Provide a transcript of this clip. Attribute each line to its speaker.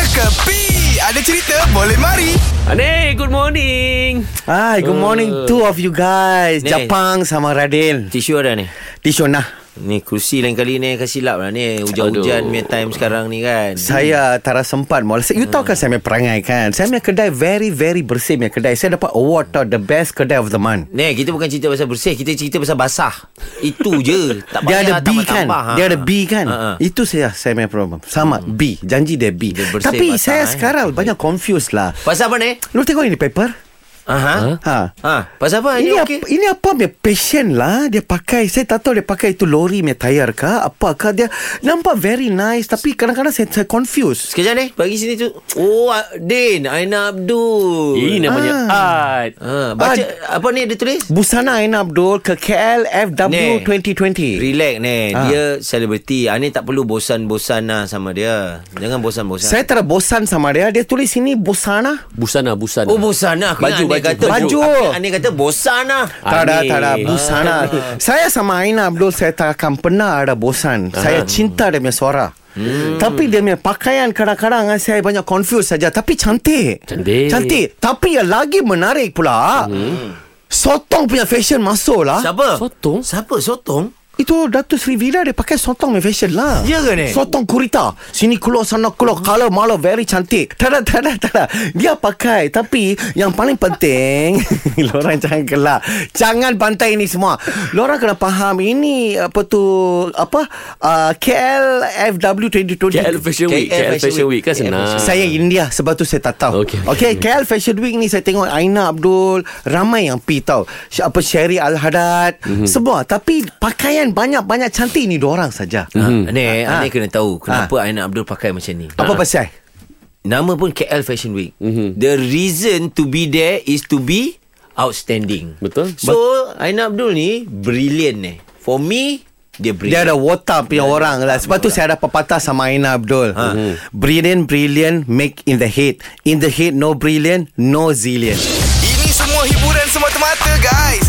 Speaker 1: Kepi Ada cerita boleh mari
Speaker 2: Adik, good morning.
Speaker 3: Hi, good morning
Speaker 2: Uh.
Speaker 3: two of you guys.
Speaker 2: Ni.
Speaker 3: Japang sama Radil.
Speaker 4: Tisu ada ni
Speaker 3: Tishona.
Speaker 4: Ni kursi lain kali ni Kasih lap lah ni Hujan-hujan
Speaker 2: Aduh.
Speaker 4: punya time sekarang ni kan
Speaker 3: Saya tak rasa sempat mall. You tahu kan saya
Speaker 4: Hmm.
Speaker 3: punya perangai kan? Saya punya kedai very very bersih punya kedai. Saya dapat award tau the best kedai of the month.
Speaker 4: Ni kita bukan cerita pasal bersih Kita cerita pasal basah Itu je Tak payah
Speaker 3: Dia ada B kan?
Speaker 4: tambah-tambah,
Speaker 3: Dia ada B kan?
Speaker 4: Ha, ha.
Speaker 3: Itu saya saya punya problem. Sama B. Janji dia B.
Speaker 4: Dia bersih
Speaker 3: Tapi
Speaker 4: basah,
Speaker 3: saya
Speaker 4: eh.
Speaker 3: sekarang banyak confused lah.
Speaker 4: Pasal apa ni?
Speaker 3: Lu tengok ini paper?
Speaker 4: Aha.
Speaker 3: Ha.
Speaker 4: Ha. Pasal apa? Ini
Speaker 3: Ini,
Speaker 4: okey
Speaker 3: apa, ini apa punya passion lah Dia pakai Saya tak tahu dia pakai itu lori punya tayar kah Apakah dia Nampak very nice Tapi kadang-kadang saya, saya confused
Speaker 4: Sekejap ni Bagi sini tu Oh Din Aina Abdul
Speaker 2: Ini namanya
Speaker 3: Ah.
Speaker 2: art.
Speaker 4: ha. Baca Apa ni dia tulis?
Speaker 3: Busana Aina Abdul Ke
Speaker 4: Ni.
Speaker 3: KLFW 2020
Speaker 4: Relax ni
Speaker 3: Ah.
Speaker 4: Dia selebriti Ani tak perlu bosan-bosan lah sama dia Jangan bosan-bosan
Speaker 3: Saya tak ada bosan sama dia Dia tulis ini Busana
Speaker 2: Busana, busana.
Speaker 4: Oh bosan lah Aku
Speaker 2: Baju,
Speaker 4: ingat Ani
Speaker 2: baju,
Speaker 4: kata
Speaker 3: baju.
Speaker 4: Aku ingat Ani kata bosan lah
Speaker 3: tak ada,
Speaker 2: Aneh.
Speaker 3: tak ada Busana lah. Saya sama Aina Abdul Saya tak akan pernah ada bosan Saya cinta dia punya suara Hmm. Tapi dia punya pakaian kadang-kadang eh, saya banyak confused saja tapi cantik.
Speaker 2: Cantik.
Speaker 3: Cantik. Tapi yang lagi menarik pula. Hmm. Sotong punya fashion masuk lah.
Speaker 4: Siapa?
Speaker 2: Sotong?
Speaker 4: Siapa? Sotong?
Speaker 3: Itu Dato' Sri Vira dia pakai sotong punya fashion lah.
Speaker 4: Ya ke ni?
Speaker 3: Sotong kurita. Sini keluar sana keluar. Color malah very cantik. Tak ada, tak ada, tak ada. Dia pakai. Tapi yang paling penting. Lorang jangan gelak. Jangan bantai ini semua. Lorang kena faham ini apa tu. Apa? Uh, KLFW 2020.
Speaker 2: KL Fashion Week.
Speaker 4: KL
Speaker 2: KL Fashion
Speaker 4: Fashion
Speaker 2: Week. Kan
Speaker 4: Week.
Speaker 2: senang.
Speaker 3: Saya India Sebab tu saya tak tahu
Speaker 2: Okey,
Speaker 3: Okay,
Speaker 2: okey.
Speaker 3: okay. KL Fashion Week ni Saya tengok Aina Abdul Ramai yang pergi tau Sy- Apa Sherry Al-Hadad mm-hmm. Semua Tapi pakaian banyak-banyak cantik Ni orang saja
Speaker 4: Ha, Ni,
Speaker 3: Ha.
Speaker 4: Ani kena tahu kenapa Aina Abdul pakai macam ni.
Speaker 3: Apa pasal?
Speaker 4: Nama pun KL Fashion Week. The reason to be there is to be outstanding.
Speaker 2: Betul.
Speaker 4: So, Aina Abdul ni brilliant ni. For me, dia
Speaker 3: Dia
Speaker 4: brilliant.
Speaker 3: ada water punya orang Mhm. lah Sebab tu saya ada pepatah sama Aina Abdul Brilliant, brilliant Make in the head In the head no brilliant No zillion
Speaker 1: Ini semua hiburan semata-mata guys